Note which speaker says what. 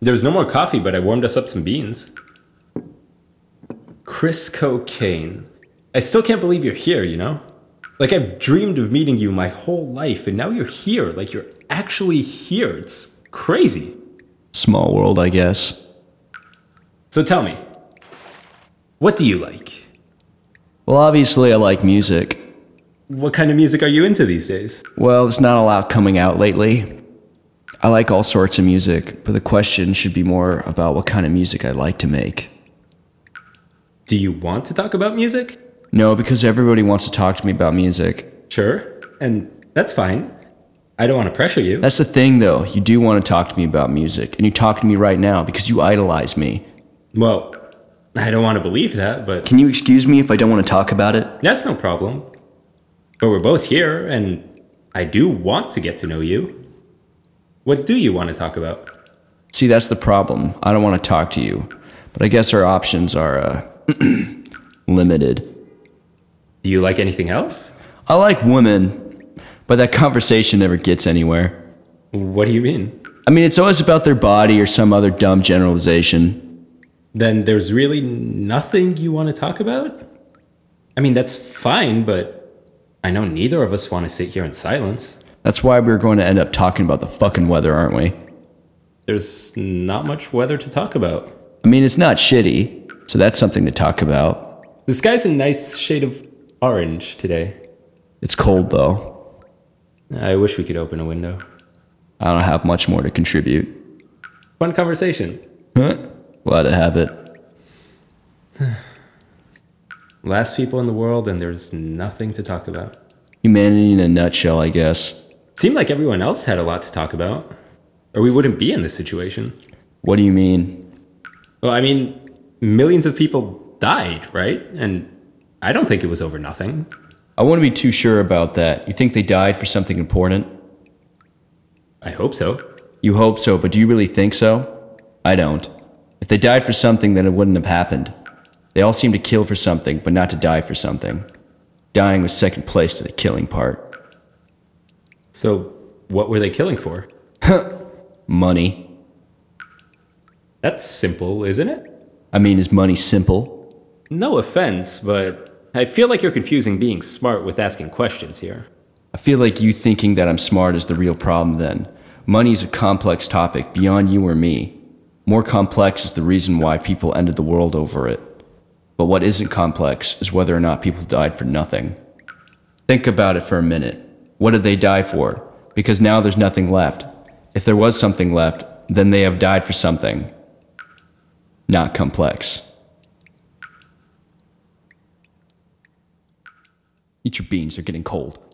Speaker 1: There was no more coffee, but I warmed us up some beans. Chris Cocaine. I still can't believe you're here, you know? Like, I've dreamed of meeting you my whole life, and now you're here. Like, you're actually here. It's crazy.
Speaker 2: Small world, I guess.
Speaker 1: So tell me, what do you like?
Speaker 2: Well, obviously, I like music.
Speaker 1: What kind of music are you into these days?
Speaker 2: Well, it's not a lot coming out lately. I like all sorts of music, but the question should be more about what kind of music I like to make.
Speaker 1: Do you want to talk about music?
Speaker 2: No, because everybody wants to talk to me about music.
Speaker 1: Sure. And that's fine. I don't want to pressure you.
Speaker 2: That's the thing, though. You do want to talk to me about music, and you talk to me right now because you idolize me.
Speaker 1: Well, I don't want to believe that, but
Speaker 2: Can you excuse me if I don't want to talk about it?
Speaker 1: that's no problem. But we're both here, and I do want to get to know you. What do you want to talk about?
Speaker 2: See, that's the problem. I don't want to talk to you. But I guess our options are uh, limited.
Speaker 1: Do you like anything else?
Speaker 2: I like women, but that conversation never gets anywhere.
Speaker 1: What do you mean?
Speaker 2: I mean, it's always about their body or some other dumb generalization.
Speaker 1: Then there's really nothing you want to talk about? I mean, that's fine, but I know neither of us want to sit here in silence.
Speaker 2: That's why we're going to end up talking about the fucking weather, aren't we?
Speaker 1: There's not much weather to talk about.
Speaker 2: I mean, it's not shitty, so that's something to talk about.
Speaker 1: The sky's a nice shade of orange today.
Speaker 2: It's cold, though.
Speaker 1: I wish we could open a window.
Speaker 2: I don't have much more to contribute.
Speaker 1: Fun conversation.
Speaker 2: Huh? Glad to have it.
Speaker 1: Last people in the world, and there's nothing to talk about.
Speaker 2: Humanity in a nutshell, I guess.
Speaker 1: Seemed like everyone else had a lot to talk about, or we wouldn't be in this situation.
Speaker 2: What do you mean?
Speaker 1: Well, I mean, millions of people died, right? And I don't think it was over nothing.
Speaker 2: I wouldn't be too sure about that. You think they died for something important?
Speaker 1: I hope so.
Speaker 2: You hope so, but do you really think so? I don't. If they died for something, then it wouldn't have happened. They all seem to kill for something, but not to die for something. Dying was second place to the killing part.
Speaker 1: So, what were they killing for?
Speaker 2: Money.
Speaker 1: That's simple, isn't it?
Speaker 2: I mean, is money simple?
Speaker 1: No offense, but I feel like you're confusing being smart with asking questions here.
Speaker 2: I feel like you thinking that I'm smart is the real problem then. Money is a complex topic beyond you or me. More complex is the reason why people ended the world over it. But what isn't complex is whether or not people died for nothing. Think about it for a minute. What did they die for? Because now there's nothing left. If there was something left, then they have died for something. Not complex. Eat your beans, they're getting cold.